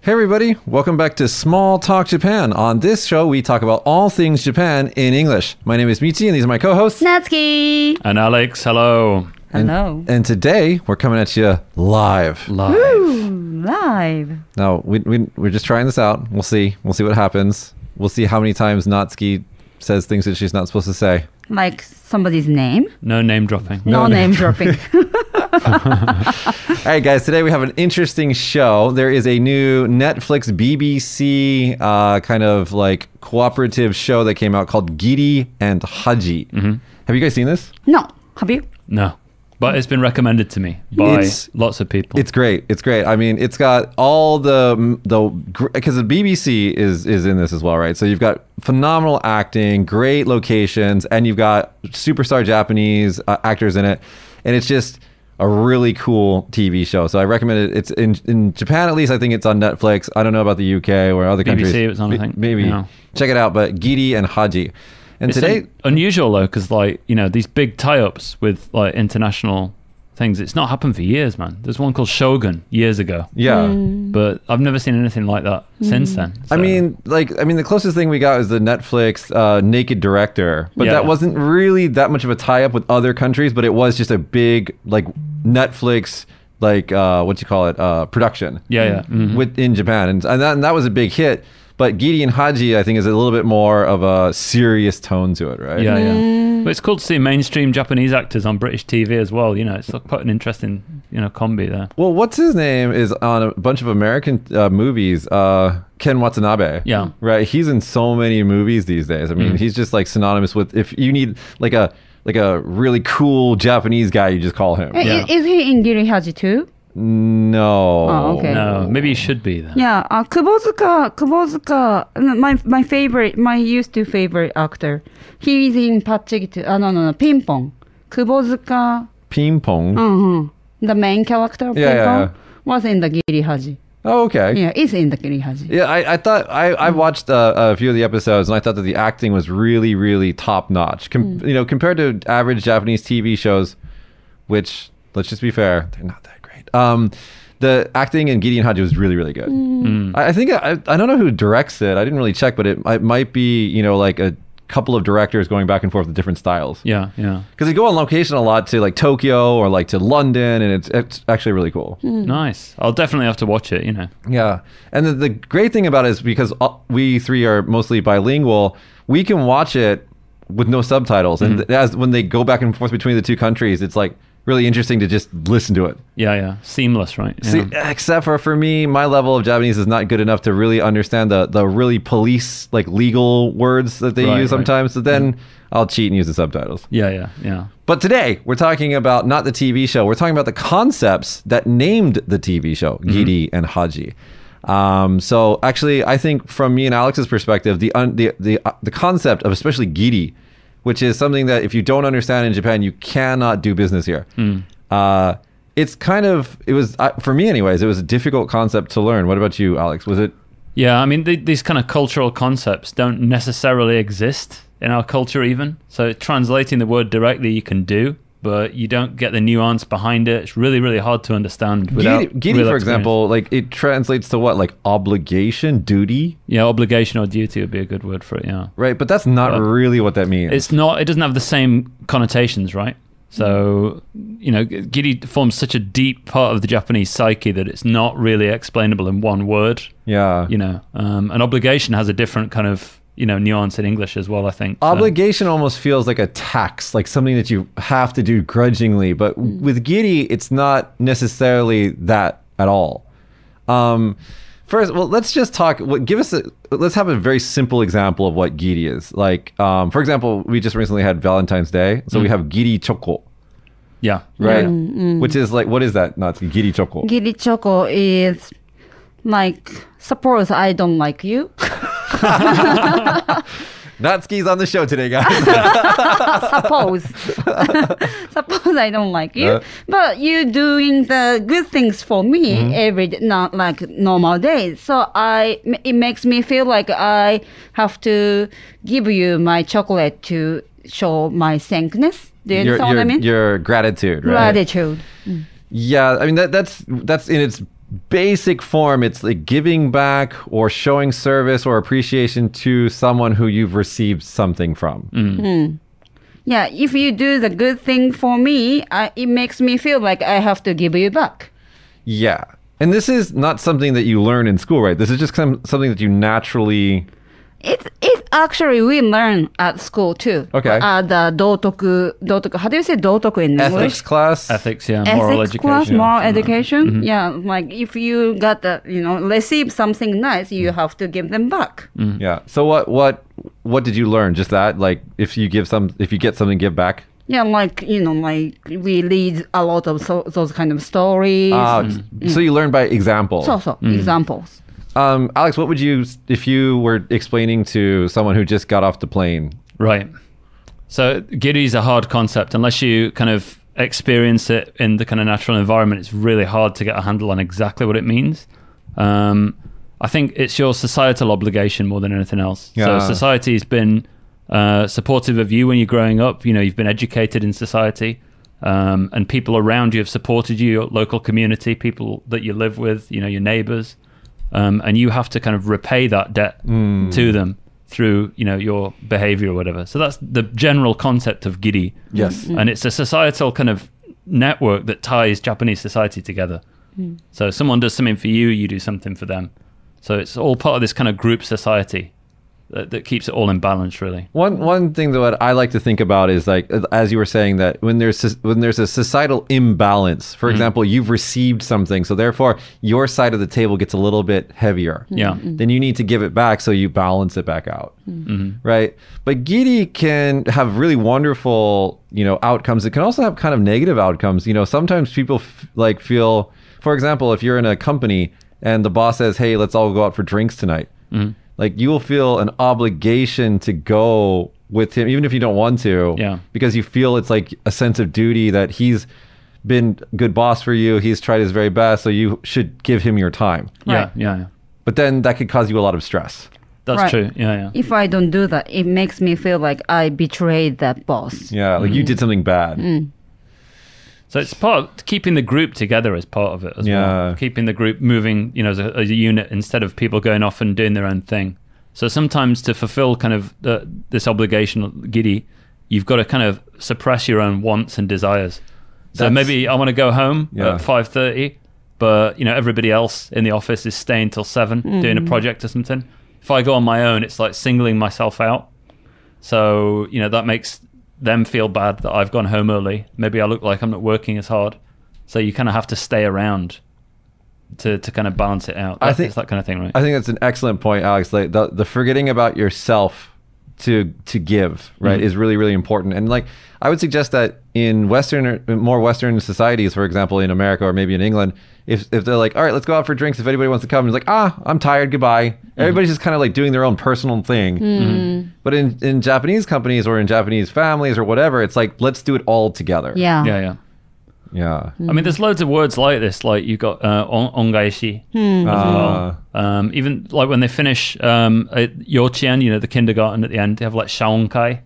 Hey, everybody, welcome back to Small Talk Japan. On this show, we talk about all things Japan in English. My name is Michi, and these are my co hosts. Natsuki. And Alex, hello. Hello. And today, we're coming at you live. Live. Live. Now, we, we, we're just trying this out. We'll see. We'll see what happens. We'll see how many times Natsuki says things that she's not supposed to say. Like somebody's name. No name dropping. No, name dropping. All right, guys, today we have an interesting show. There is a new Netflix BBC uh, kind of like cooperative show that came out called Giri and Haji. Have you guys seen this? no. Have you? No. But it's been recommended to me by It's- lots of people. It's great. It's great. I mean, it's got all the the because the BBC is is in this as well, right? So you've got phenomenal acting, great locations, and you've got superstar Japanese uh, actors in it, and it's just a really cool TV show. So I recommend it. It's in in Japan at least. I think it's on Netflix. I don't know about the UK or other countries. BBC it was on, I think. Maybe Yeah. check it out. But Giri and Haji, and It's today. un- unusual though, because like you know these big tie-ups with like international things. It's not happened for years, man. There's one called Shogun years ago, Mm. yeah. Mm. but I've never seen anything like that since then. I So- mean, like, I mean, the closest thing we got was the Netflix uh, Naked Director, but Yeah. that wasn't really that much of a tie-up with other countries. But it was just a big like Netflix, like uh, what you call it, uh, production. Yeah, yeah. Mhm. with in Japan, and and that, and that was a big hit. But Gideon Haji, I think, is a little bit more of a serious tone to it, right? yeah, yeah. But it's cool to see mainstream Japanese actors on British TV as well. You know, it's like quite an interesting you know combi there. Well, what's his name is on a bunch of American uh, movies. Uh, Ken Watanabe. Yeah. Mm. Right. He's in so many movies these days. I mean, he's just like synonymous with. If you need like a like a really cool Japanese guy, you just call him. I- Yeah. Eh, Is, he in Giri Haji too? No. Oh, okay. No, maybe you should be there. Yeah. Uh, Kubozuka. Kubozuka. n- My my favorite, my used to favorite actor. He is in Pachigito. Uh, no, no, no. Ping pong. Kubozuka. Ping pong. Uh-huh. The main character of Yeah, Ping yeah, pong yeah. was in the Giri Haji. Oh, okay. Yeah, is in the Giri Haji. Yeah, I, I thought I, I watched uh, a few of the episodes and I thought that the acting was really, really top notch. Com- You know, compared to average Japanese TV shows, which let's just be fair, they're not that great. Um, the acting in Gideon Haji was really, really good. I, I think I, I don't know who directs it. I didn't really check, but it, it might be you know like a couple of directors going back and forth with different styles Yeah, yeah. because they go on location a lot to like Tokyo or like to London, and it's, it's actually really cool. Nice. I'll definitely have to watch it. You know. Yeah. And the, the great thing about it is because all- we three are mostly bilingual, we can watch it with no subtitles. And Mm-hmm. th- as when they go back and forth between the two countries, it's like really interesting to just listen to it. Yeah, yeah. Seamless, right? Yeah. See, except for for me, my level of Japanese is not good enough to really understand the, the really police like legal words that they Right, use right. Mm-hmm. sometimes. So then I'll cheat and use the subtitles. yeah, yeah, yeah. But today we're talking about not the TV show. We're talking about the concepts that named the TV show Mm-hmm. Giri and Haji. Um, so actually, I think from me and Alex's perspective, the un- the the, uh, the concept of especially Giri, which is something that if you don't understand in Japan, you cannot do business here. Mm. Uh, it's kind of it was uh, for me anyways. It was a difficult concept to learn. What about you, Alex? Was it? Yeah, I mean, th- these kind of cultural concepts don't necessarily exist in our culture, even. So, translating the word directly, you can do, but you don't get the nuance behind it. It's really, really hard to understand. Without Giri, Giri, real for experience. example, like it translates to what? Like obligation, duty, Yeah, obligation or duty would be a good word for it. Yeah. right? But that's not Uh, really what that means. It's not, it doesn't have the same connotations, right? So, you know, g- Giri forms such a deep part of the Japanese psyche that it's not really explainable in one word. yeah, you know um, an obligation has a different kind of you know nuance in english as well i think So- Obligation almost feels like a tax, like something that you have to do grudgingly. But Hmm. with Giddy, it's not necessarily that at all. Um, First, well, let's just talk. What give us? A, let's have a very simple example of what giri is. Like, um, for example, we just recently had Valentine's Day, so we have giri choco, Hmm. Yeah. right? Mm-hmm. Which is like, what is that? Not giri choco. Giri choco is like suppose I don't like you. Natsuki's on the show today, guys. suppose suppose I don't like you, Yeah. but you doing the good things for me Mm-hmm. every day, not like normal days. So I it makes me feel like I have to give you my chocolate to show my thankness. Do you your, understand your, what I mean? your gratitude, right? Gratitude. Yeah, I mean that that's that's in its basic form. It's like giving back or showing service or appreciation to someone who you've received something from. Yeah, if you do the good thing for me, I, it makes me feel like I have to give you back. Yeah. And this is not something that you learn in school, right? This is just some, something that you naturally It's it actually we learn at school too. Okay. Uh, the dotoku, dotoku. How do you say dotoku in ethics English? class. Ethics, yeah, Ethics moral education. class, moral something like that. Mm-hmm. education. Yeah, like if you got the, you know, receive something nice, you Mm. have to give them back. Mm. Yeah. So what what what did you learn? Just that, like if you give some, if you get something, give back. Yeah, like you know, like we read a lot of so, those kind of stories. Ah, Uh, So you learn by example. so so Mm. examples. Um, Alex, what would you, if you were explaining to someone who just got off the plane? Right. So giddy is a hard concept unless you kind of experience it in the kind of natural environment. It's really hard to get a handle on exactly what it means. Um, I think it's your societal obligation more than anything else. Yeah. So society's been uh, supportive of you when you're growing up. You know, you've been educated in society, um, and people around you have supported you, your local community, people that you live with, you know, your neighbors um, and you have to kind of repay that debt to them through you know your behavior or whatever so that's the general concept of giri Yes. Mm. and it's a societal kind of network that ties japanese society together Hmm. so someone does something for you you do something for them so it's all part of this kind of group society that, that keeps it all in balance really One one thing that what I like to think about is like as you were saying that when there's soc- when there's a societal imbalance, for example, you've received something, so therefore your side of the table gets a little bit heavier. Yeah. Mhm. Then you need to give it back so you balance it back out. Right? But giddy can have really wonderful, you know, outcomes. It can also have kind of negative outcomes. You know, sometimes people f- like feel for example, if you're in a company and the boss says, "Hey, let's all go out for drinks tonight." like you will feel an obligation to go with him even if you don't want to Yeah. because you feel it's like a sense of duty that he's been good boss for you he's tried his very best so you should give him your time Right. yeah yeah yeah but then that could cause you a lot of stress that's Right. true yeah yeah If I don't do that, it makes me feel like I betrayed that boss. yeah like you did something bad so it's part of keeping the group together is part of it as Yeah. well keeping the group moving you know as a, as a unit instead of people going off and doing their own thing so sometimes to fulfill kind of the, this obligation giddy you've got to kind of suppress your own wants and desires so That's- maybe i want to go home Yeah. at 5.30 but you know everybody else in the office is staying till 7 doing a project or something if i go on my own it's like singling myself out so, you know, that makes them feel bad that I've gone home early. Maybe I look like I'm not working as hard. So you kind of have to stay around to, to kind of balance it out. I That, think- it's that kind of thing, right? i think that's an excellent point alex like the, the forgetting about yourself to to give right is really really important and like i would suggest that in western or more western societies for example in america or maybe in england if, if they're like all right let's go out for drinks if anybody wants to come it's like ah i'm tired goodbye everybody's just kind of like doing their own personal thing Mm-hmm. but in in japanese companies or in japanese families or whatever it's like let's do it all together Yeah. yeah, yeah. yeah I mean, there's loads of words like this. Like you've got uh, on- ongaeshi. Uh, Um, even like when they finish um, at yochian, you know, the kindergarten at the end, they have like shaonkai.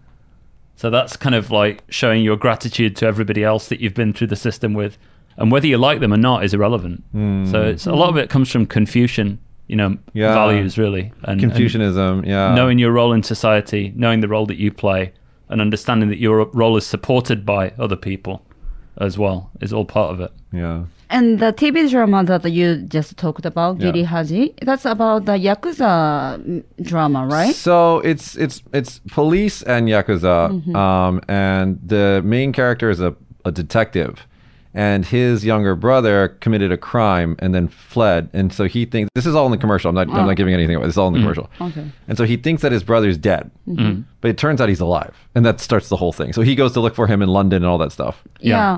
So that's kind of like showing your gratitude to everybody else that you've been through the system with. And whether you like them or not is irrelevant. So it's a lot of it comes from Confucian, you know, Yeah. values really. And, and confucianism yeah knowing your role in society, knowing the role that you play, and understanding that your role is supported by other people as well is all part of it. yeah And the TV drama that you just talked about, Yeah. Giri Haji, that's about the Yakuza mm, drama, right? So it's it's it's Mm-hmm. police and yakuza, um, and the main character is a, a detective, and his younger brother committed a crime and then fled. And so he thinks this is all in the commercial. I'm not, I'm not giving anything away. This is all in the commercial. Oh. Okay. Mm-hmm. And so he thinks that his brother's dead, but it turns out he's alive, and that starts the whole thing. So he goes to look for him in London and all that stuff. Yeah. Yeah.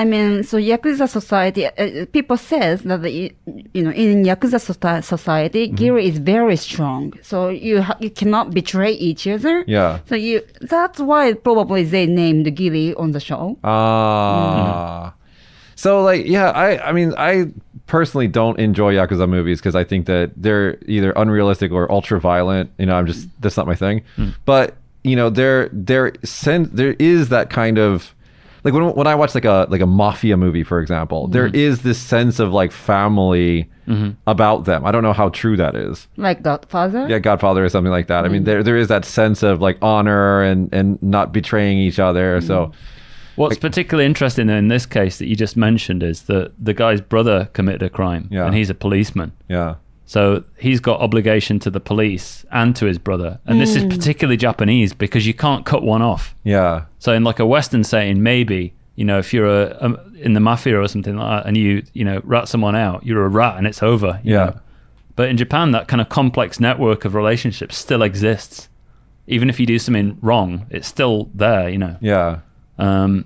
I mean, so Yakuza society, uh, uh, people says that, the, you know, in Yakuza soci- society, Mm-hmm. Giri is very strong. So you ha- you cannot betray each other. Yeah. So you that's why probably they named Giri on the show. Ah. So like yeah, I I mean I personally don't enjoy yakuza movies because I think that they're either unrealistic or ultra violent. You know, I'm just that's not my thing. But you know, there there sen- there is that kind of like when when I watch like a like a mafia movie for example, there is this sense of like family about them. I don't know how true that is. Like Godfather? Yeah, Godfather or something like that. I mean, there there is that sense of like honor and and not betraying each other. So What's particularly interesting in this case that you just mentioned is that the guy's brother committed a crime Yeah. and he's a policeman. yeah. So he's got obligation to the police and to his brother. And this is particularly Japanese because you can't cut one off. Yeah. So in like a Western setting, maybe you know if you're a, um in the mafia or something like that, and you you know rat someone out, you're a rat and it's over. you Yeah. know. But in Japan, that kind of complex network of relationships still exists. Even if you do something wrong, it's still there. You know. Yeah. Um,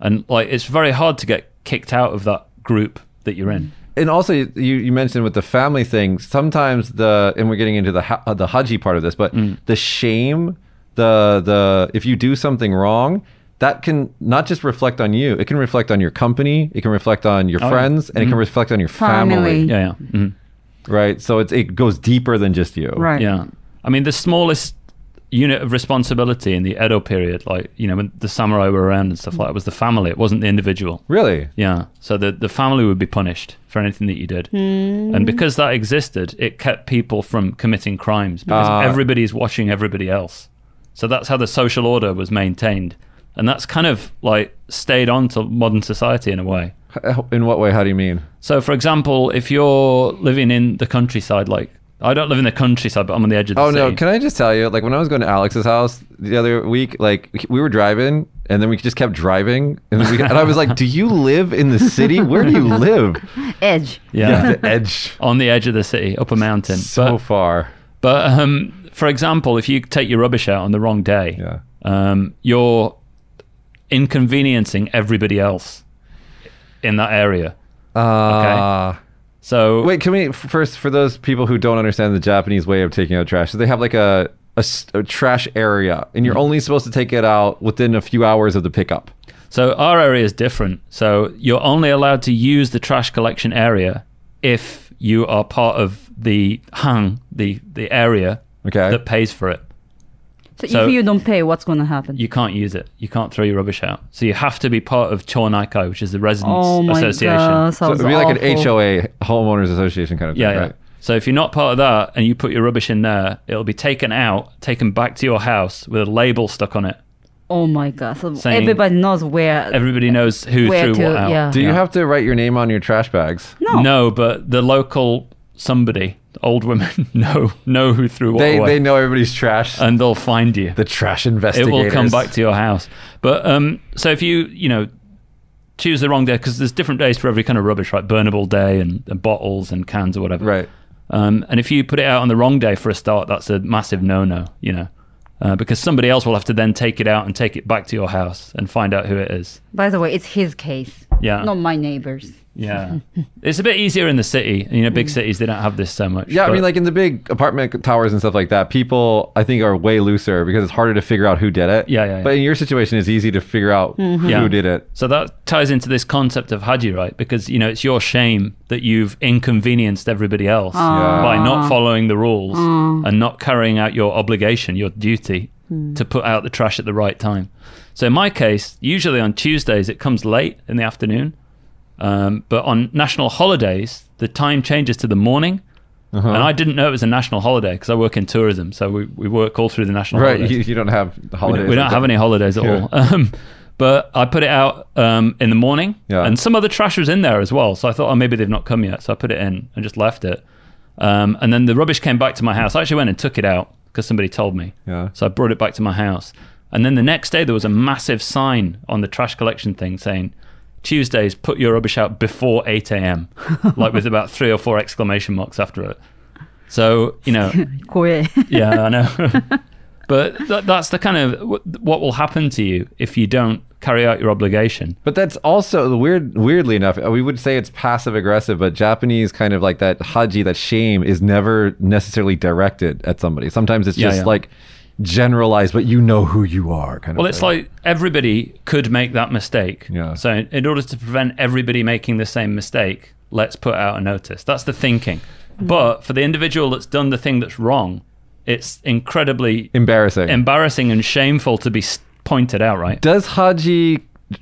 and like it's very hard to get kicked out of that group that you're in. and also you, you mentioned with the family thing sometimes the and we're getting into the ha- uh, the haji part of this but the shame the the if you do something wrong that can not just reflect on you it can reflect on your company it can reflect on your yeah. friends and it can reflect on your family, Family. Yeah, yeah, Mhm. right so it's it goes deeper than just you Right. yeah. I mean, the smallest unit of responsibility in the Edo period, like you know when the samurai were around and stuff like that, was the family. It wasn't the individual. really Yeah. So the the family would be punished for anything that you did, and because that existed, it kept people from committing crimes because Ah. everybody's watching everybody else. So that's how the social order was maintained, and that's kind of like stayed on to modern society in a way. H- in what way how do you mean So, for example, if you're living in the countryside, like I don't live in the countryside, but I'm on the edge of the Oh city. no! Can I just tell you, like when I was going to Alex's house the other week, like we were driving, and then we just kept driving, and, then we, and I was like, "Do you live in the city? Where do you live?" Edge. yeah, the edge. on the edge of the city, up a mountain. So but far. but um, for example, if you take your rubbish out on the wrong day, Yeah. um, you're inconveniencing everybody else in that area. Uh, So Wait, can we f- first, for those people who don't understand the Japanese way of taking out trash, so they have like a, a s- a trash area, and Mm-hmm. you're only supposed to take it out within a few hours of the pickup. So our area is different. So you're only allowed to use the trash collection area if you are part of the hang, the the area Okay. that pays for it. So, So- if you don't pay, what's going to happen? You can't use it. You can't throw your rubbish out. So you have to be part of Chornaiko, which is the residents oh my association. god. So sounds it'd be like an awful. HOA, homeowners association kind of thing, Yeah, yeah. right? So if you're not part of that and you put your rubbish in there, it'll be taken out, taken back to your house with a label stuck on it. Oh my god. So Saying- everybody knows where. Everybody knows who Where threw to- what out. yeah. Do you have to write your name on your trash bags? no. No, but the local somebody, old women, know know who threw what They away, they know everybody's trash. and they'll find you. the trash It investigators. will come back to your house. But um, so if you you know choose the wrong day because there's different days for every kind of rubbish, right? Burnable day and, and bottles and cans or whatever. right. Um, and if you put it out on the wrong day for a start, that's a massive no-no. You know. Uh, because somebody else will have to then take it out and take it back to your house and find out who it is. By the way, it's his case, Ah. Yeah, not my neighbors. yeah. it's a bit easier in the city. You know, big cities they don't have this so much. Yeah, I but- mean, like in the big apartment towers and stuff like that, people I think are way looser because it's harder to figure out who did it. Yeah, yeah, yeah. But in your situation, it's easy to figure out who Yeah. did it. So that ties into this concept of haji, right? Because you know it's your shame that you've inconvenienced everybody else Yeah. by not following the rules and not carrying out your obligation, your duty to put out the trash at the right time. So in my case, usually on Tuesdays it comes late in the afternoon, um, but on national holidays the time changes to the morning. Uh-huh. And I didn't know it was a national holiday because I work in tourism, so we, we work all through the national Right, holidays. you, you don't have We holidays. don't- We don't like have that. any holidays at Yeah. all. Um, but I put it out um, in the morning, Yeah. and some other trash was in there as well. So I thought, oh, maybe they've not come yet. So I put it in and just left it. Um, and then the rubbish came back to my house. I actually went and took it out because somebody told me. Yeah. So I brought it back to my house. And then the next day, there was a massive sign on the trash collection thing saying, Tuesdays, put your rubbish out before 8 a.m., like with about three or four exclamation marks after it. So, you know, Koe. yeah, I know. but that, that's the kind of wh- what will happen to you if you don't carry out your obligation. But that's also the weird. Weirdly enough, we would say it's passive aggressive, but Japanese kind of like that haji, that shame is never necessarily directed at somebody. Sometimes it's Yeah, just yeah. like generalized, but you know who you are, kind of. Well, it's thing. like everybody could make that mistake. Yeah. So, in, in order to prevent everybody making the same mistake, let's put out a notice. That's the thinking. But for the individual that's done the thing that's wrong, it's incredibly embarrassing. embarrassing and shameful to be s- pointed out, right? Does haji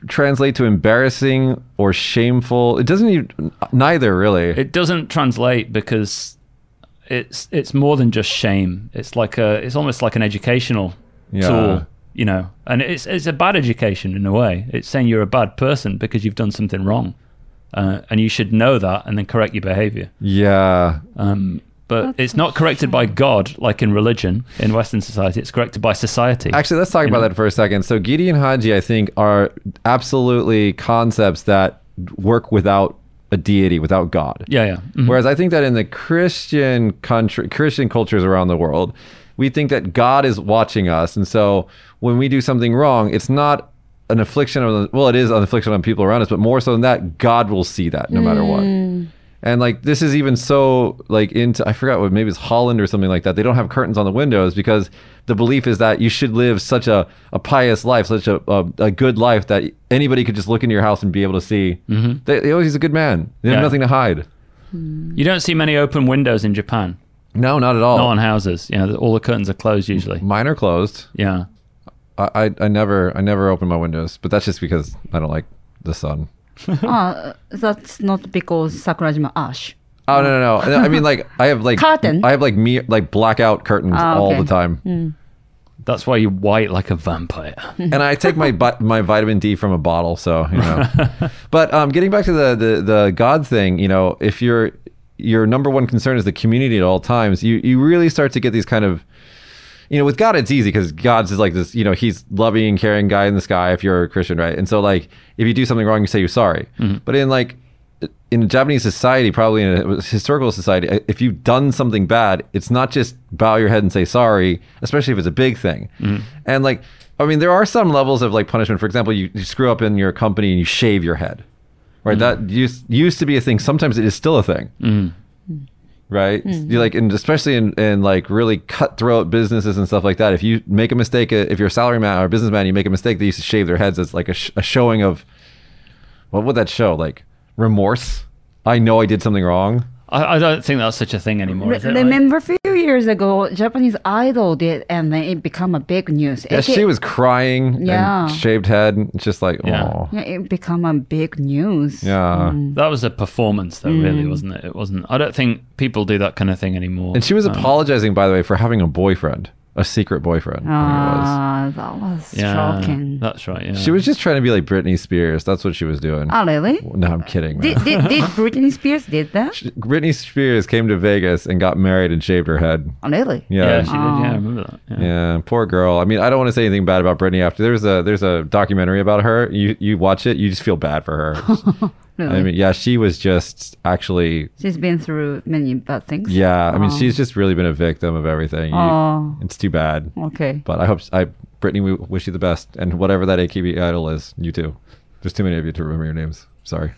translate to embarrassing or shameful? It doesn't even. Neither really. it doesn't translate because it's it's more than just shame. It's like a it's almost like an educational Yeah. tool, you know. And it's it's a bad education in a way. It's saying you're a bad person because you've done something wrong, uh, and you should know that and then correct your behavior. yeah. Um, but it's not corrected by God like in religion in Western society. It's corrected by society. Actually, let's talk about that for a second. So, Gidi and Haji, I think, are absolutely concepts that work without a deity, without God. yeah, yeah. Mhm. Whereas I think that in the Christian country, Christian cultures around the world, we think that God is watching us, and so when we do something wrong, it's not an affliction on the, well, it is an affliction on people around us, but more so than that, God will see that no matter what. And like this is even so like into I forgot what maybe it's Holland or something like that. They don't have curtains on the windows because the belief is that you should live such a, a pious life, such a, a, a good life that anybody could just look into your house and be able to see. They, they always he's a good man. They have Yeah. nothing to hide. You don't see many open windows in Japan. No, not at all. Not on houses. You know, all the curtains are closed usually. Mine are closed. Yeah. I, I I never I never open my windows, but that's just because I don't like the sun. Ah, that's not because Sakurajima Ash. Oh no no no! I mean like I have like Curtain. I have like me like blackout curtains Ah, all okay. the time, That's why you're white like a vampire. and I take my bi- my vitamin D from a bottle. So you know, but um, getting back to the, the the God thing, you know, if your your number one concern is the community at all times, you you really start to get these kind of you know, with God, it's easy because God's is like this, you know, he's loving and caring guy in the sky if you're a Christian, right? And so, like, if you do something wrong, you say you're sorry. But in like, in Japanese society, probably in a historical society, if you've done something bad, it's not just bow your head and say sorry, especially if it's a big thing. And like, I mean, there are some levels of like punishment. For example, you, you screw up in your company and you shave your head, right? That used, used to be a thing. Sometimes it is still a thing right? Mm-hmm. You like, and especially in, in like really cutthroat businesses and stuff like that. If you make a mistake, uh, if you're a salaryman or a businessman, you make a mistake. They used to shave their heads as like a, sh- a showing of what would that show? Like remorse. I know I did something wrong. I, I don't think that's such a thing anymore. is it, like- remember a few years ago, Japanese Idol did, and then it became a big news. Yeah, It- she was crying. Yeah. And shaved head. and It's just like, Yeah. oh, Yeah, it became a big news. yeah. Mm-hmm. that was a performance, though, really, Mm. wasn't it? It wasn't. I don't think people do that kind of thing anymore. Um, And she was apologizing, by the way, for having a boyfriend, a secret boyfriend. I think it was. Ah, that was yeah, shocking. That's right. Yeah. She was just trying to be like Britney Spears. That's what she was doing. Ah, really? no, I'm kidding. man. Did, did, did Britney Spears did that? Britney Spears came to Vegas and got married and shaved her head. Ah, really? Yeah. Yeah, Yeah, she did. Ah. Yeah, I remember that. Yeah. poor girl. I mean, I don't want to say anything bad about Britney after there's a there's a documentary about her. You you watch it, you just feel bad for her. Really? I mean, yeah, she was just actually She's been through many bad things. yeah, I mean, she's just really been a victim of everything. You- Oh. It's too bad. Okay. But I hope I Brittany, we wish you the best and whatever that AKB idol is, you too. There's too many of you to remember your names. Sorry.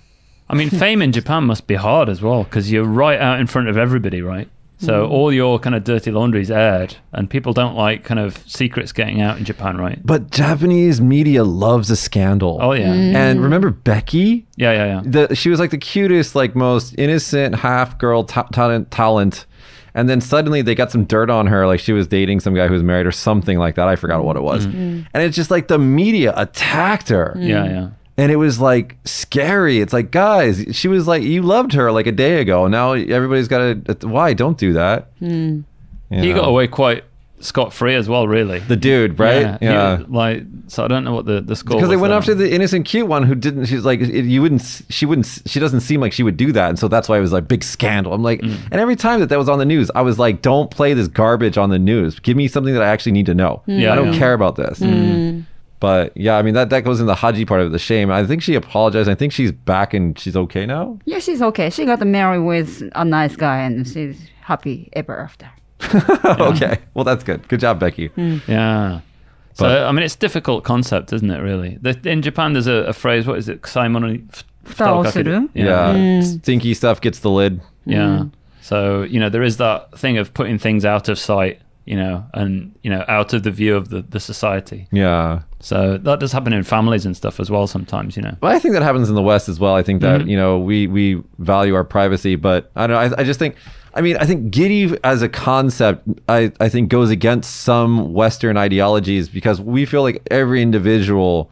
I mean, fame in Japan must be hard as well because you're right out in front of everybody, right? Mm. So all your kind of dirty laundry's aired, and people don't like kind of secrets getting out in Japan, right? But Japanese media loves a scandal. Oh yeah, Mm. And remember Becky? yeah, yeah, yeah. the she was like the cutest, like most innocent half girl ta- talent talent. And then suddenly they got some dirt on her, like she was dating some guy who was married or something like that. I forgot what it was. And it's just like the media attacked her. Mm. Yeah, yeah. And it was like scary. It's like, guys, she was like, you loved her like a day ago. Now everybody's got to, why? Don't do that. Mm. He know. got away quite scot free as well, really. The dude, right? yeah, he- like so. I don't know what the the score because they was went there. after the innocent cute one who didn't she's like it- you wouldn't s- she wouldn't s- she doesn't seem like she would do that and so that's why it was like big scandal i'm like and every time that that was on the news i was like don't play this garbage on the news give me something that i actually need to know Mm. Yeah, Mm. i don't yeah. care about this But yeah, I mean that that goes in the Haji part of the shame. I think she apologized. I think she's back and she's okay now. Yeah, she's okay. She got married with a nice guy and she's happy ever after. okay, well that's good. Good job, Becky. Mm. Yeah. So I mean, it's a difficult concept, isn't it? Really, the, in Japan, there's a, a phrase. What is it? Saimon Futakakuru. Yeah, Mm. stinky stuff gets the lid. Yeah. So you know, there is that thing of putting things out of sight, you know, and you know, out of the view of the, the society. Yeah. So that does happen in families and stuff as well sometimes, you know. Well, I think that happens in the West as well. I think that you know we we value our privacy, but I don't know. I, I just think, I mean, I think giddy as a concept, I I think goes against some Western ideologies because we feel like every individual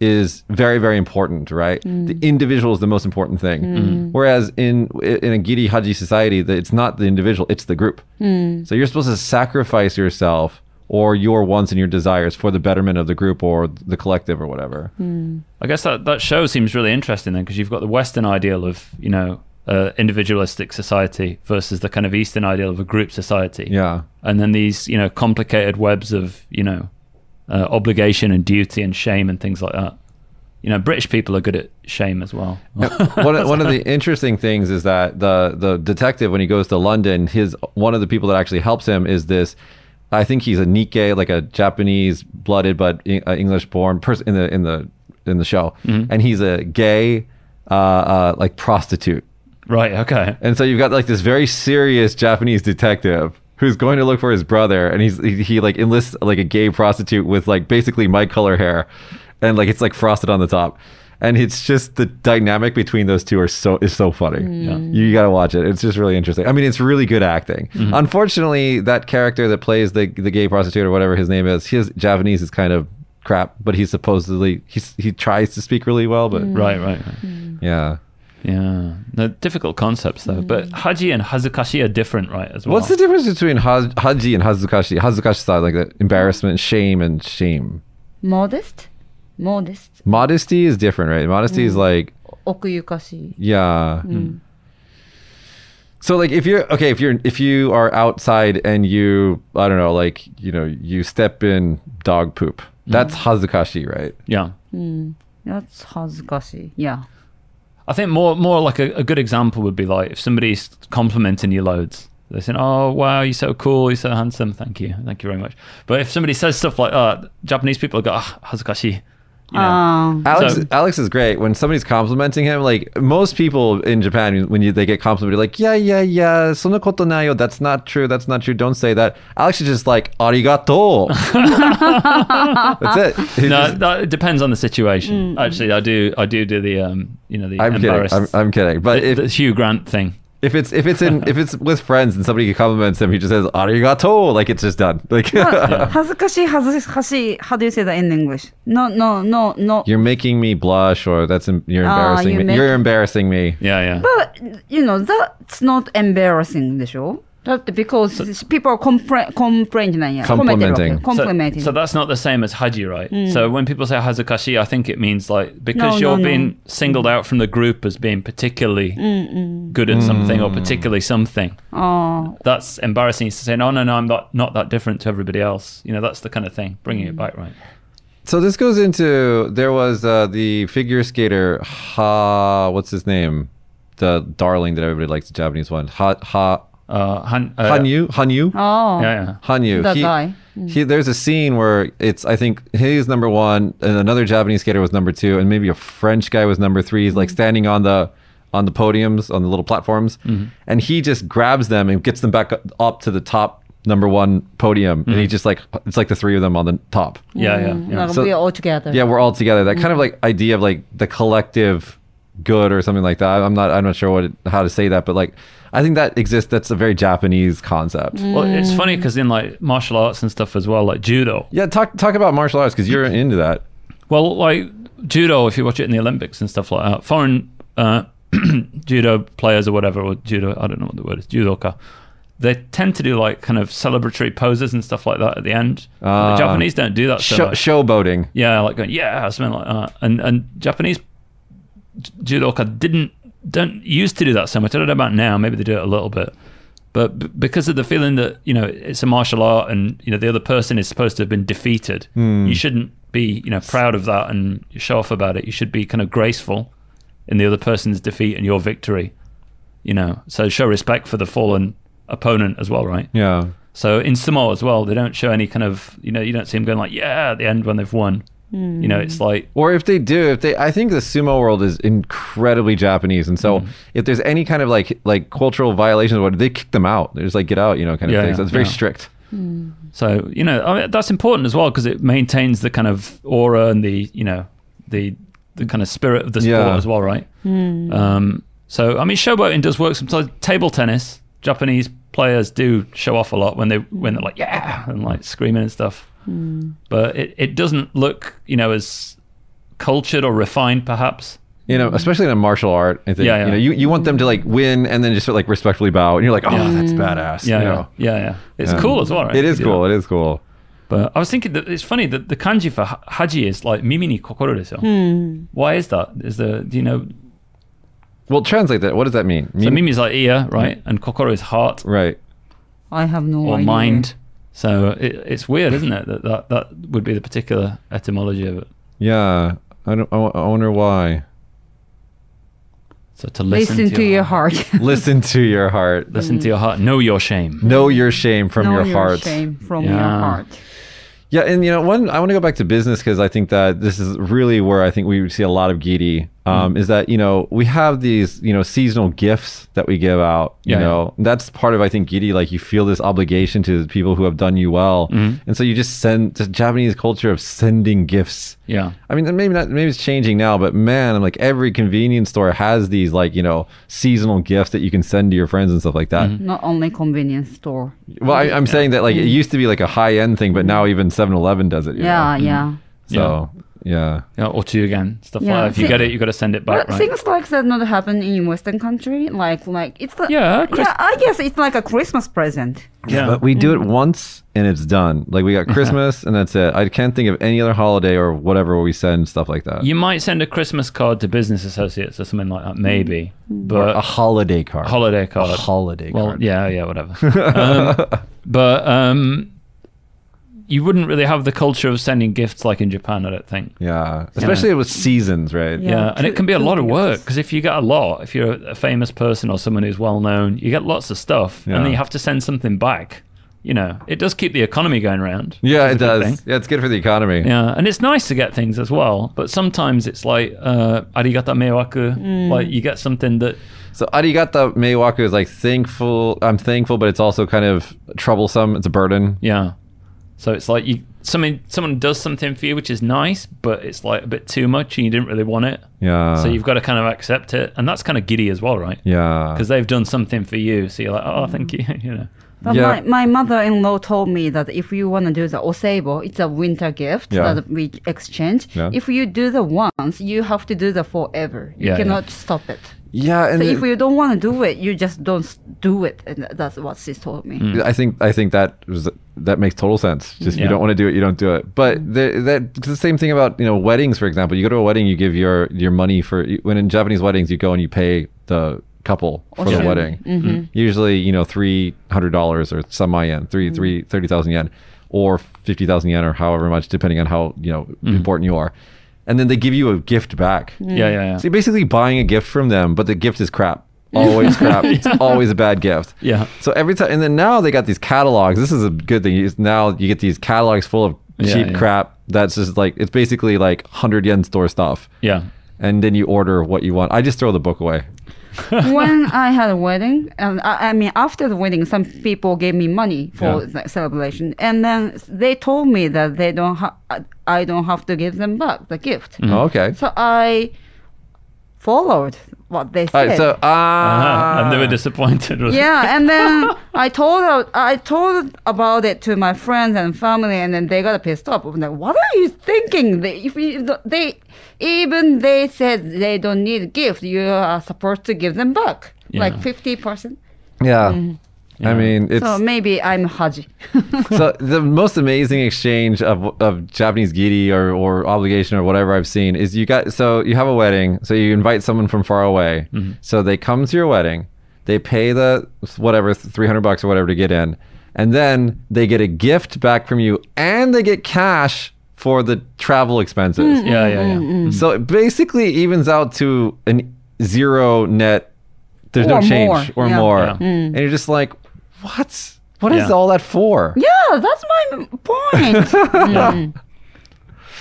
is very very important, right? The individual is the most important thing. Mm-hmm. Whereas in in a giddy haji society, that it's not the individual, it's the group. So you're supposed to sacrifice yourself. Or your wants and your desires for the betterment of the group or the collective or whatever. I guess that, that show seems really interesting then because you've got the Western ideal of, you know, uh, individualistic society versus the kind of Eastern ideal of a group society. Yeah. And then these, you know, complicated webs of, you know, uh, obligation and duty and shame and things like that. You know, British people are good at shame as well. one, of- one of the interesting things is that the the detective when he goes to London, his one of the people that actually helps him is this. I think he's a Nikkei, like a Japanese blooded but uh, English born person in the in the in the show, and he's a gay, uh, uh, like prostitute. right. Okay. And so you've got like this very serious Japanese detective who's going to look for his brother, and he's he, he like enlists like a gay prostitute with like basically my color hair, and like it's like frosted on the top, and it's just the dynamic between those two are so is so funny. You gotta watch it. It's just really interesting. I mean, it's really good acting. Unfortunately, that character that plays the the gay prostitute or whatever his name is, his Japanese is kind of crap, but he's supposedly he's, he tries to speak really well, but Right, right, right. Mm. yeah. Yeah. No, difficult concepts though. But Haji and Hazukashi are different, right? As well. What's the difference between ha- haji and hazukashi? Hazukashi style, like the embarrassment, shame, and shame. Modest? Modest. Modesty is different, right? Modesty is like, Okuyukashi. yeah. So like if you're okay, if you're if you are outside and you I don't know, like you know, you step in dog poop. That's hazukashi, right? Yeah. That's hazukashi. Yeah. I think more more like a, a good example would be like if somebody's complimenting you loads. They're saying, "Oh wow, you're so cool, you're so handsome, thank you, thank you very much." But if somebody says stuff like that, Japanese people go, "Ah, hazukashi," you know. Um, Alex, So- Alex is great when somebody's complimenting him. Like most people in Japan, when you, they get complimented, like yeah, yeah, yeah, sonokoto nayo. That's not true. That's not true. Don't say that. Alex is just like arigato. that's it. He no, just- that, it depends on the situation. Mm. Actually, I do, I do do the, um, you know, the I'm kidding. embarrassed, I'm, I'm kidding. But the, the if, Hugh Grant thing. if it's if it's in if it's with friends and somebody compliments him, he just says arigato. Like it's just done. Like hazukashi, hazukashi. How do you say that in English? No, no, no, no. you're making me blush, or that's em- you're Ah, embarrassing you me. make- You're embarrassing me. Yeah, yeah. But you know that's not embarrassing でしょだって because people compre- complain じゃないや Complimenting. コンプリメン So, so that's not the same as haji, right? So when people say hazukashi, I think it means like because Mm. No, no, Mm. you're no. being singled out from the group as being particularly Mm, good at something or Mm. particularly something. あ That's embarrassing. It's to say, no, no, no, I'm not not that different to everybody else. You know, that's the kind of thing. Bringing Mm. it back, right? So this goes into there was uh, the figure skater Ha what's his name? The darling that everybody likes, the Japanese one. Ha Ha Uh, han, uh, Hanyu Hanyu あああ、 Yeah, yeah. Hanyu. That he, Oh, guy. He, there's a scene where it's I think he's number one and another Japanese skater was number two and maybe a French guy was number three. He's like standing on the on the podiums on the little platforms Mm-hmm. and he just grabs them and gets them back up- up to the top number one podium and he just like it's like the three of them on the top. Mm-hmm. Yeah, yeah, yeah. なんか So- we are all together yeah we're all together that kind of like idea of like the collective good or something like that i'm not i'm not sure what it, how to say that but like i think that exists that's a very japanese concept Well, it's funny because in like martial arts and stuff as well, like judo. yeah talk talk about martial arts because you're into that Well, like judo, if you watch it in the Olympics and stuff like that, foreign uh, judo players or whatever, or judo, I don't know what the word is, judoka, they tend to do like kind of celebratory poses and stuff like that at the end. Ah. the Japanese don't do that so Show, much. showboating yeah, like going, yeah, something like that. And and Japanese j- judoka didn't don't used to do that so much. I don't know about now. Maybe they do it a little bit, but b- because of the feeling that you know it's a martial art and you know the other person is supposed to have been defeated, you shouldn't be you know proud of that and show off about it. You should be kind of graceful in the other person's defeat and your victory. You know, so show respect for the fallen opponent as well, right? Yeah. So in Samoa as well, they don't show any kind of you know you don't see them going like yeah at the end when they've won. You know, it's like Or if they do, if they, I think the sumo world is incredibly Japanese, and so Mm-hmm. if there's any kind of like like cultural violations, or what they kick them out. They just like get out, you know, kind of Yeah, thing. So yeah, it's very yeah. strict. So you know I mean, that's important as well because it maintains the kind of aura and the you know the the kind of spirit of the sport Yeah. as well, right? Um, so I mean, showboating does work sometimes. Table tennis, Japanese players do show off a lot when they when they're like yeah and like screaming and stuff, but it it doesn't look you know as cultured or refined perhaps. You know, especially in a martial art, I think. Mm-hmm. Yeah, yeah. You know, you, you want them to like win and then just sort of like respectfully bow, and you're like, oh, that's badass. Yeah, you yeah, know? yeah, yeah. It's Yeah. cool as well, right? Um, It is Yeah. cool. It is cool. But I was thinking that it's funny that the kanji for ha- haji is like mimi ni kokoro desu. Hmm. Why is that? Is the do you know? Well, translate that. What does that mean? So Mim- mimi is like ear, right? And kokoro is heart right. I have no or idea. mind. So it, it's weird, isn't it? That, that that would be the particular etymology of it. Yeah. I don't. I, wo- I wonder why. So to listen, Listen, to your heart. Listen to your heart. listen to your heart, know your shame. Know your shame from know your, heart. shame from Yeah. your heart. Yeah, and you know, one I want to go back to business because I think that this is really where I think we see a lot of giddy. Mm. Um, Is that you know we have these you know seasonal gifts that we give out. You Yeah, yeah. know that's part of I think giddy. Like you feel this obligation to the people who have done you well, Mm-hmm. and so you just send the Japanese culture of sending gifts. Yeah. I mean, maybe not. Maybe it's changing now, but man, I'm like every convenience store has these like you know seasonal gifts that you can send to your friends and stuff like that. Mm-hmm. Not only convenience store. Well, I, I'm saying that like it used to be like a high end thing, Mm-hmm. but now even 7-Eleven does it. you know? Yeah, yeah. So yeah. Yeah, or to you again, stuff Yeah. like that. If you See- get it, you got to send it But back, right? things like that not happen in Western country. Like like it's like, Yeah, Chris- yeah. I guess it's like a Christmas present. Yeah. But we do it once and it's done. Like we got Christmas and that's it. I can't think of any other holiday or whatever where we send stuff like that. You might send a Christmas card to business associates or something like that, maybe. Hmm. But a holiday card. holiday card. A holiday well, card. yeah, yeah, whatever. um, but um, you wouldn't really have the culture of sending gifts like in Japan, I don't think. Yeah. Especially with seasons, right? Yeah. Yeah, and it two- can be a two lot of work gifts. because if you get a lot, if you're a famous person or someone who's well known, you get lots of stuff, and Yeah. then you have to send something back. You know, it does keep the economy going round. Yeah, it which is a good does. thing. Yeah, it's good for the economy. Yeah, and it's nice to get things as well, but sometimes it's like uh, arigata meiwaku, like you get something that So Arigata Meiwaku is like thankful I'm thankful, but it's also kind of troublesome. It's a burden. Yeah. So it's like you something someone does something for you which is nice, but it's like a bit too much and you didn't really want it. Yeah. so you've got to kind of accept it. And that's kind of giddy as well, right? Uh, Yeah. Because they've done something for you. So you're like, oh, thank you. you know. But Yeah. my, my mother-in-law told me that if you want to do the osebo, it's a winter gift Yeah. that we exchange. Yeah. If you do the once, you have to do the forever. You Yeah, yeah. cannot stop it. Yeah, and So it- if you don't want to do it, you just don't s- do it. And that's what she told me. I think I think that was, that makes total sense. Just Yeah. you don't want to do it, you don't do it. But the, that the same thing about you know weddings, for example. You go to a wedding, you give your your money for when in Japanese weddings you go and you pay the couple for the Oshiri. wedding. Usually, you know, three hundred dollars or some yen, three three thirty thousand yen, or fifty thousand yen, or however much, depending on how you know important you are. And then they give you a gift back. Yeah, yeah, yeah. So you're basically buying a gift from them, but the gift is crap. Always crap. It's always a bad gift. Yeah. So every time, and then now they got these catalogs. This is a good thing. Is Now you get these catalogs full of Yeah, cheap yeah. crap that's just like, it's basically like 100 yen store stuff. Yeah. And then you order what you want. I just throw the book away. when I had a wedding, and I, I mean, after the wedding, some people gave me money for Yeah. the celebration, and then s- they told me that they don't ha- I- I don't have to give them back the gift. Mm-hmm. Oh, okay. So I followed what they All said. right. So, ah. Uh-huh. And they were disappointed. Was yeah, and then I told out- I told about it to my friends and family, and then they got pissed off. I'm like, what are you thinking? They, if you, don't- they even they said they don't need a gift. You are supposed to give them back, Yeah. like fifty percent. yeah. I mean, it's So Oh, maybe I'm Haji. so the most amazing exchange of, of Japanese giri or, or obligation or whatever I've seen is you got so you have a wedding, so you invite someone from far away, Mm-hmm. so they come to your wedding, they pay the whatever three hundred bucks or whatever to get in, and then they get a gift back from you, and they get cash for the travel expenses. Mm-hmm. Yeah, yeah, yeah. So it basically evens out to an zero net. There's no Or change more, or yeah. Mm. more. Yeah. And you're just like, what? What is Yeah. all that for? Yeah, that's my point.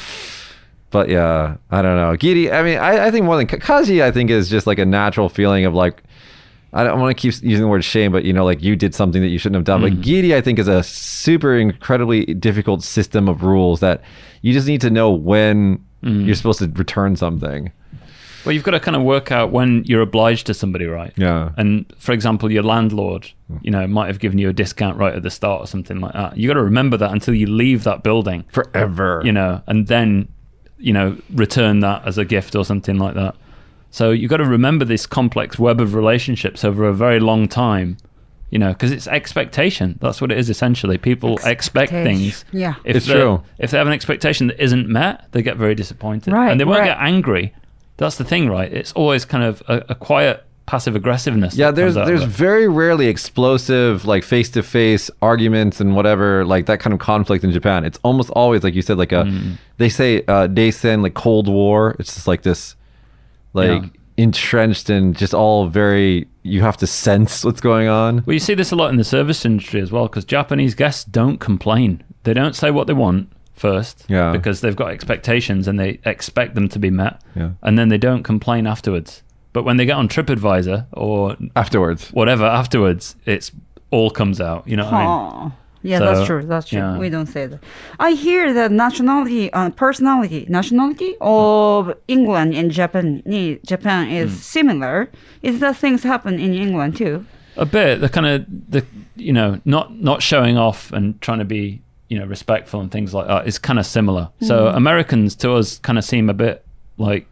But yeah, I don't know. Giri, I mean, I, I think more than Kaji, I think is just like a natural feeling of like, I don't want to keep using the word shame, but you know, like you did something that you shouldn't have done. But Giri, I think, is a super incredibly difficult system of rules that you just need to know when you're supposed to return something. Well, you've got to kind of work out when you're obliged to somebody, right? Yeah. Mm. And for example, your landlord, you know, might have given you a discount right at the start or something like that. You got to remember that until you leave that building, Forever. you know, and then, you know, return that as a gift or something like that. So you've got to remember this complex web of relationships over a very long time, you know, because it's expectation. That's what it is essentially. People expect Expectation. things. Yeah. If It's they- true. If they have an expectation that isn't met, they get very disappointed. Right, And they won't right. get angry. That's the thing, right? It's always kind of a, a quiet passive aggressiveness. Yeah, that there's comes out of there's it. very rarely explosive like face to face arguments and whatever like that kind of conflict in Japan. It's almost always like you said like a Mm-hmm. they say uh Daisen like Cold War. It's just like this like Yeah. entrenched and just all very you have to sense what's going on. Well, you see this a lot in the service industry as well, because Japanese guests don't complain. They don't say what they want first, Yeah. because they've got expectations and they expect them to be met, Yeah. and then they don't complain afterwards. But when they get on TripAdvisor or Afterwards. whatever afterwards, it's all comes out. You know what I mean? Aw. Yeah, that's So, true. That's true. yeah. We don't say that. I hear that nationality, uh, personality, nationality of England and Japan, Japan is Mm. similar. Is that things happen in England too? A bit. The kind of the you know not not showing off and trying to be you know respectful and things like that is kind of similar. So Americans to us kind of seem a bit like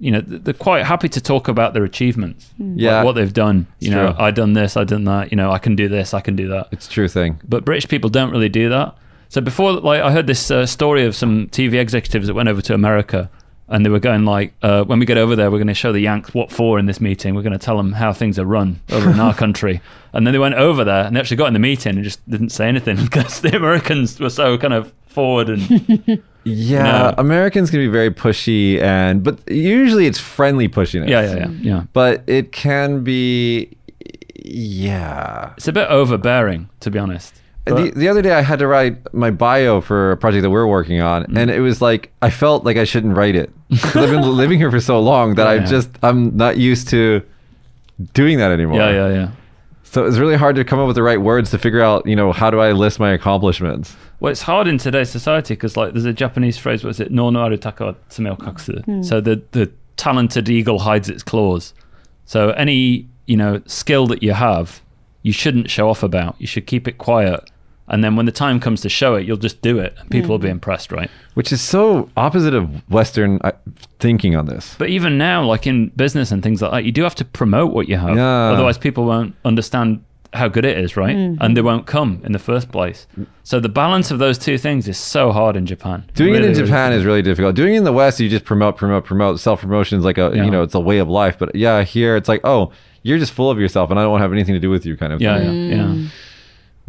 you know th- they're quite happy to talk about their achievements, like Yeah. what they've done. You It's know, true. I done this, I done that. You know, I can do this, I can do that. It's a true thing. But British people don't really do that. So before, like, I heard this uh, story of some TV executives that went over to America, and they were going like, uh, "When we get over there, we're going to show the Yanks what for in this meeting. We're going to tell them how things are run over in our country." And then they went over there and they actually got in the meeting and just didn't say anything because the Americans were so kind of forward and Yeah, No. Americans can be very pushy and but usually it's friendly pushiness. yeah, yeah, yeah, yeah. But it can be yeah. It's a bit overbearing, to be honest. the, But- the other day I had to write my bio for a project that we're working on Mm. and it was like I felt like I shouldn't write it 'Cause I've been living here for so long that I Yeah. just I'm not used to doing that anymore. yeah, yeah, yeah. So it's really hard to come up with the right words to figure out, you know, how do I list my accomplishments? Well, it's hard in today's society because, like, there's a Japanese phrase, what is it? No no arutaka tsumeo kakusu. So the, the talented eagle hides its claws. So any, you know, skill that you have, you shouldn't show off about. You should keep it quiet. And then when the time comes to show it, you'll just do it. And people will be impressed, right? Which is so opposite of Western uh, thinking on this. But even now, like in business and things like that, you do have to promote what you have. Yeah. Otherwise, people won't understand how good it is, right? And they won't come in the first place. So the balance of those two things is so hard in Japan. Doing it in Really, really Japan is really difficult. Doing it in the West, you just promote, promote, promote. Self promotion is like a, Yeah. you know, it's a way of life. But yeah, here it's like, oh, you're just full of yourself, and I don't have anything to do with you, kind of. Yeah, thing. yeah, yeah.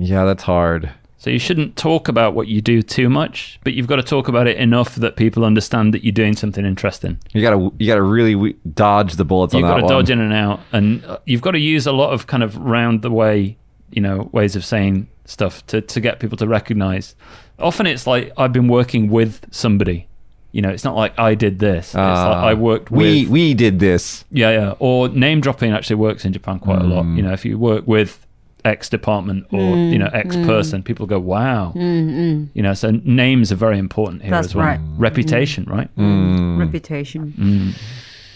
yeah, that's hard. So you shouldn't talk about what you do too much, but you've got to talk about it enough that people understand that you're doing something interesting. You gotta you gotta really we- dodge the bullets You've on got that one. to dodge in and out, and uh, you've got to use a lot of kind of round the way, you know, ways of saying stuff to to get people to recognize. Often it's like I've been working with somebody. You know, it's not like I did this. it's Uh, like I worked We with. we did this. Yeah, yeah. Or name dropping actually works in Japan quite a lot. Mm. You know, if you work with X department or Mm, you know X person, people go, "Wow." You know, so names are very important here That's as well. right. Mm. Reputation, right? Mm. Reputation.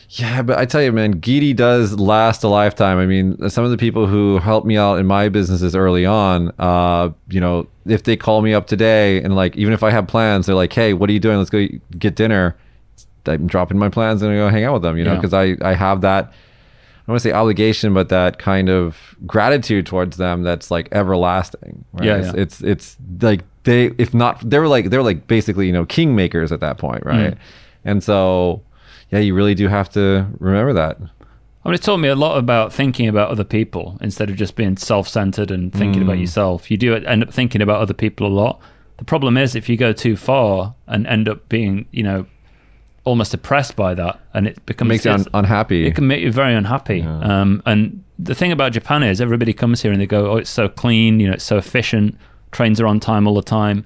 Yeah, but I tell you, man, Giri does last a lifetime. I mean, some of the people who helped me out in my businesses early on, uh, you know, if they call me up today and like, even if I have plans, they're like, "Hey, what are you doing? Let's go get dinner." I'm dropping my plans and I go hang out with them, you know, Yeah. because I I have that. I don't want to say obligation, but that kind of gratitude towards them that's like everlasting. Right? Yeah, It's- yeah. it's it's like they if not they were like they were like basically you know kingmakers at that point, Mm. right? And so yeah, you really do have to remember that. I mean, it taught me a lot about thinking about other Mm. people instead of just being self-centered and thinking about yourself. You do end up thinking about other people a lot, The problem is if you go too far and end up being, you know, almost oppressed by that, and it becomes makes you un- it's- unhappy. it can make you very unhappy. Um, and the thing about Japan is everybody comes here and they go, "Oh, it's so clean. You know, it's so efficient. Trains are on time all the time.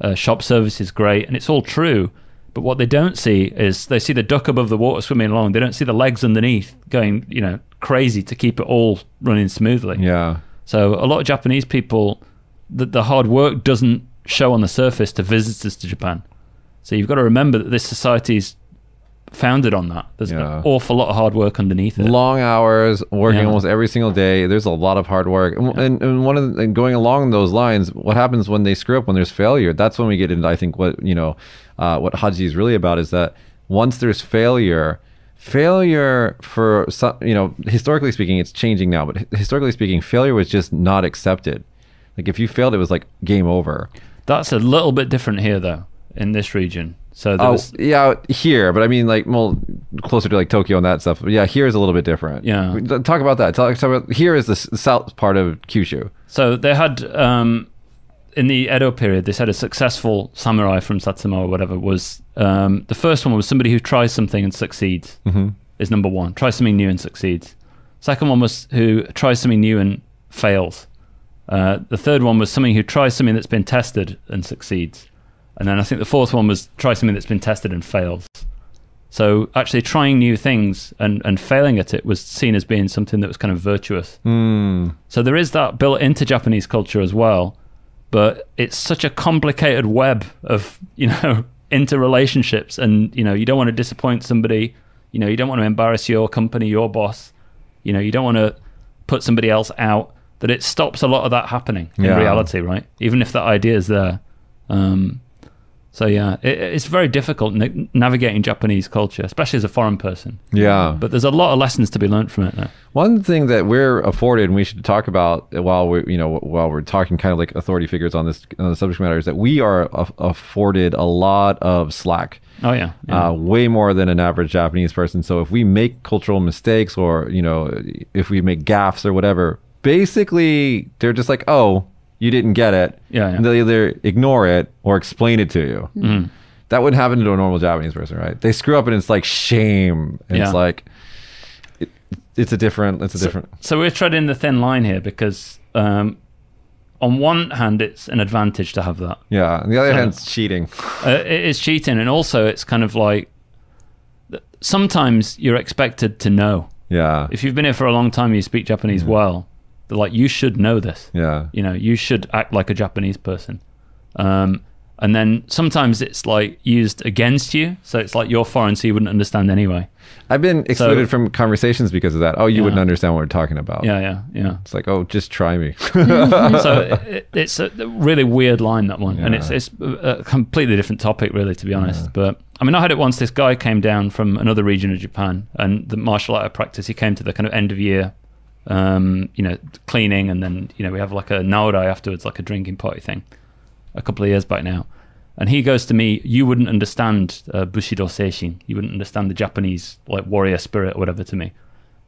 Uh, shop service is great, and it's all true." But what they don't see is they see the duck above the water swimming along. They don't see the legs underneath going, you know, crazy to keep it all running smoothly. yeah. So a lot of Japanese people, the, the hard work doesn't show on the surface to visitors to Japan. So you've got to remember that this society's founded on that. There's Yeah. an awful lot of hard work underneath it. long hours working Yeah. almost every single day there's a lot of hard work and, and, and one of the, and going along those lines what happens when they screw up when there's failure that's when we get into i think what you know uh, what haji is really about is that once there's failure failure for some you know historically speaking it's changing now but hi- historically speaking failure was just not accepted like if you failed it was like game over That's a little bit different here, though, in this region. So there oh was, yeah here but i mean like well closer to like tokyo and that stuff but yeah here is a little bit different Yeah. We- talk about that talk, talk about here is the s- south part of kyushu so they had um, in the Edo period. They said a successful samurai from Satsuma or whatever was um, the first one was somebody who tries something and succeeds. Mm-hmm. Is number one. Tries something new and succeeds. Second one was who tries something new and fails. Uh, the third one was something who tries something that's been tested and succeeds. And then I think the fourth one was try something that's been tested and fails. So actually trying new things and, and failing at it was seen as being something that was kind of virtuous. So there is that built into Japanese culture as well, but it's such a complicated web of, you know, interrelationships and, you know, you don't want to disappoint somebody, you know, you don't want to embarrass your company, your boss, you know, you don't want to put somebody else out that it stops a lot of that happening in Yeah. reality, right? Even if that idea is there. Um, so yeah, it, it's very difficult na- navigating Japanese culture, especially as a foreign person. Yeah. But But there's a lot of lessons to be learned from it. Though. one thing that we're afforded and we should talk about while we you know while we're talking kind of like authority figures on this on the subject matter is that we are a- afforded a lot of slack. Oh yeah, yeah. uh, way more than an average Japanese person. So if we make cultural mistakes or you know if we make gaffes or whatever, basically they're just like, oh, you didn't get it. Yeah, Mm-hmm. yeah. And They'll either ignore it or explain it to you. That wouldn't happen to a normal Japanese person, right? They screw up and it's like shame. And Yeah. It's like it, it's a different. It's a different. so we're treading the thin line here because um, on one hand, it's an advantage to have that. Yeah. On the other So- hand, it's cheating. uh, it is cheating, and also it's kind of like sometimes you're expected to know. Yeah. If you've been here for a long time, you speak Japanese well. They're like, you should know this. Yeah. You know, you should act like a Japanese person. Um, and then sometimes it's like used against you, so it's like you're foreign, so you wouldn't understand anyway. I've been excluded from conversations because of that. Oh, you Yeah. wouldn't understand what we're talking about. Yeah, yeah, yeah. It's like, oh, just try me. so it, it's a really weird line that one, and it's Yeah. it's a completely different topic, really, to be honest. But I mean, I had it once. This guy came down from another region of Japan, and the martial art I practice. He came to the kind of end of year, um, you know, cleaning, and then you know we have like a naorai afterwards, like a drinking party thing, a couple of years back now. And he goes to me, you wouldn't understand uh, Bushido Seishin. You wouldn't understand the Japanese like warrior spirit or whatever to me.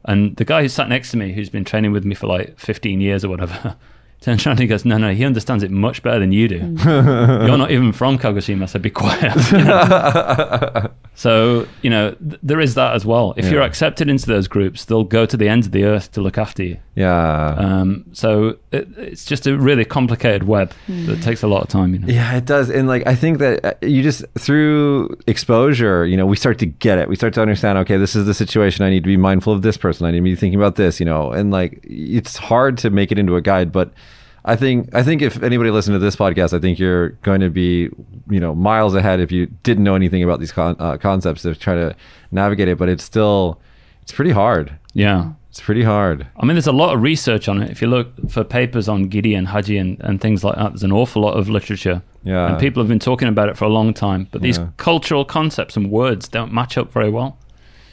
And the guy who sat next to me, who's been training with me for like 15 years or whatever, turns around and he goes, No, no, he understands it much better than you do. You're not even from Kagoshima, so be quiet. You know? so, you know, th- there is that as well. If you're Yeah. accepted into those groups, they'll go to the ends of the earth to look after you. yeah. Um, so it, it's just a really complicated web that takes a lot of time, you know. Yeah, it does. And like, I think that uh, you just through exposure, you know, we start to get it. We start to understand, okay, this is the situation. I need to be mindful of this person. I need to be thinking about this, you know, and like, it's hard to make it into a guide, but. I think I think if anybody listened to this podcast, I think you're going to be, you know, miles ahead if you didn't know anything about these con- uh, concepts to try to navigate it. But it's still, it's pretty hard. Yeah. It's pretty hard. I mean, there's a lot of research on it. If you look for papers on Gidi and Haji and, and things like that, there's an awful lot of literature. Yeah. And people have been talking about it for a long time. But these Yeah. cultural concepts and words don't match up very well.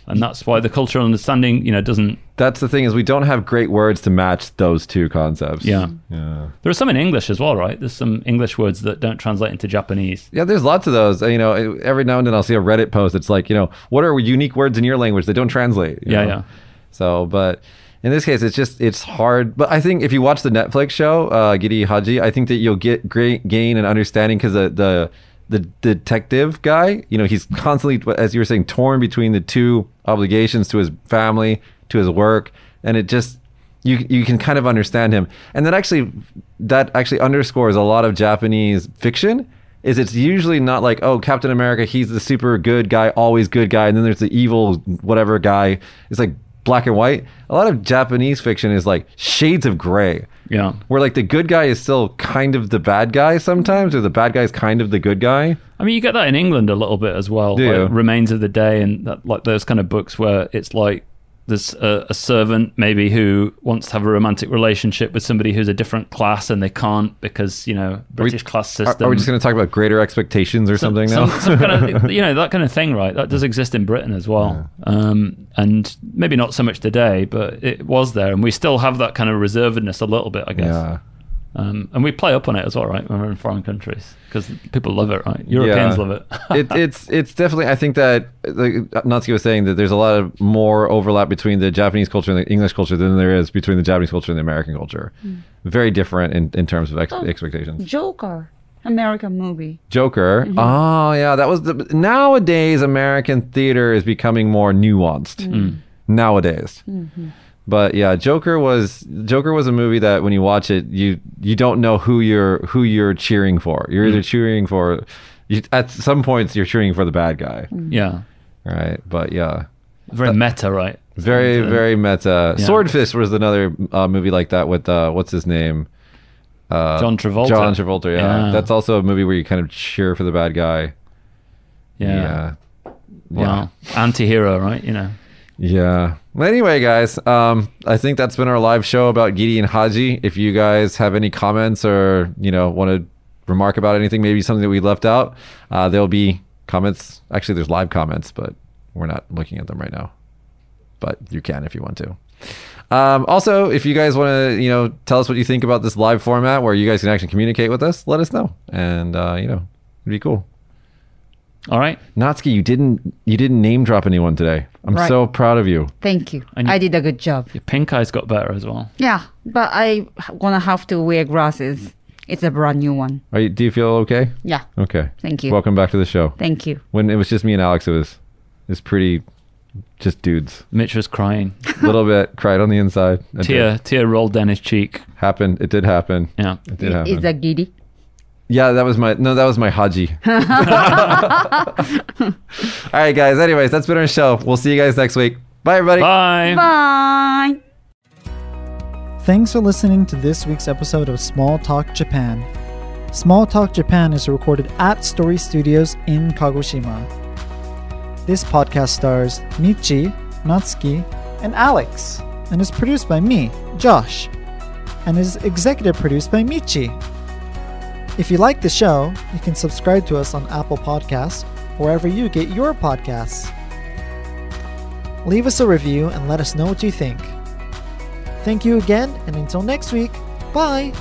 And that's why the cultural understanding, you know, doesn't. That's the thing is we don't have great words to match those two concepts. Yeah. Yeah. There are some in English as well, right? There's some English words that don't translate into Japanese. Yeah, there's lots of those. Uh, You know, every now and then I'll see a Reddit post. It's like, you know, what are unique words in your language that don't translate? you Yeah, know? yeah. So, but in this case, it's just it's hard. But I think if you watch the Netflix show uh, Gidi Haji, I think that you'll get great gain and understanding because the, the the detective guy, you know, he's constantly, as you were saying, torn between the two obligations to his family, to his work, and it just you you can kind of understand him. And that actually that actually underscores a lot of Japanese fiction. Is it's usually not like oh Captain America he's the super good guy always good guy and then there's the evil whatever guy it's like black and white. A lot of Japanese fiction is like shades of gray. Yeah. Where like the good guy is still kind of the bad guy sometimes, or the bad guy is kind of the good guy. I mean, you get that in England a little bit as well. Do you? Like Remains of the Day and that, like those kind of books where it's like there's a, a servant maybe who wants to have a romantic relationship with somebody who's a different class and they can't because you know British class Are, system. are we just going to talk about greater expectations or something now? some, some kind of you know that kind of thing, right? That does exist in Britain as well, um, and maybe not so much today, but it was there, and we still have that kind of reservedness a little bit, I guess. yeah. Um, and we play up on it as well, right? When we're in foreign countries because people love it, right? Europeans Yeah. love it. it, it's it's definitely. I think that like, Natsuki was saying that there's a lot of more overlap between the Japanese culture and the English culture than there is between the Japanese culture and the American culture. Very different in, in terms of ex- Oh. expectations. Joker, American movie. Joker. Oh yeah, that was the nowadays American theater is becoming more nuanced. Mm. Nowadays. But yeah, Joker was Joker was a movie that when you watch it, you you don't know who you're who you're cheering for. You're either cheering for you, at some points you're cheering for the bad guy. yeah. Right. But yeah. Very meta, right? Very, Meta. very meta. Yeah. Swordfish was another uh, movie like that with uh, what's his name? Uh, John Travolta. John Travolta. Yeah. Yeah. that's also a movie where you kind of cheer for the bad guy. Yeah. Yeah. Wow. Anti hero, right? You know. Yeah. Well, anyway, guys, um, I think that's been our live show about Gidi and Haji. If you guys have any comments or you know want to remark about anything, maybe something that we left out, uh, there'll be comments. Actually, there's live comments, but we're not looking at them right now. But you can if you want to. Um, also, if you guys want to, you know, tell us what you think about this live format where you guys can actually communicate with us, let us know, and uh, you know, it'd be cool. All right. Natsuki, you didn't you didn't name drop anyone today. I'm Right. so proud of you. Thank you. And you- I did a good job. Your pink eye's got better as well. Yeah, but I gonna have to wear glasses. It's a brand new one. Are you, do you feel okay? Yeah. Okay. Thank you. Welcome back to the show. Thank you. When it was just me and Alex, it was it's pretty just dudes. Mitch was crying. A little bit cried on the inside. It did. Tear tear rolled down his cheek. happened. It did happen. Yeah. It did It, happen. it's a giddy. yeah, that was my no, that was my haji. All right, guys. Anyways, that's been our show. We'll see you guys next week. Bye, everybody. Bye. Bye. Thanks for listening to this week's episode of Small Talk Japan. Small Talk Japan is recorded at Story Studios in Kagoshima. This podcast stars Michi, Natsuki, and Alex, and is produced by me, Josh, and is executive produced by Michi. If you like the show, you can subscribe to us on Apple Podcasts, wherever you get your podcasts. Leave us a review and let us know what you think. Thank you again, and until next week, bye!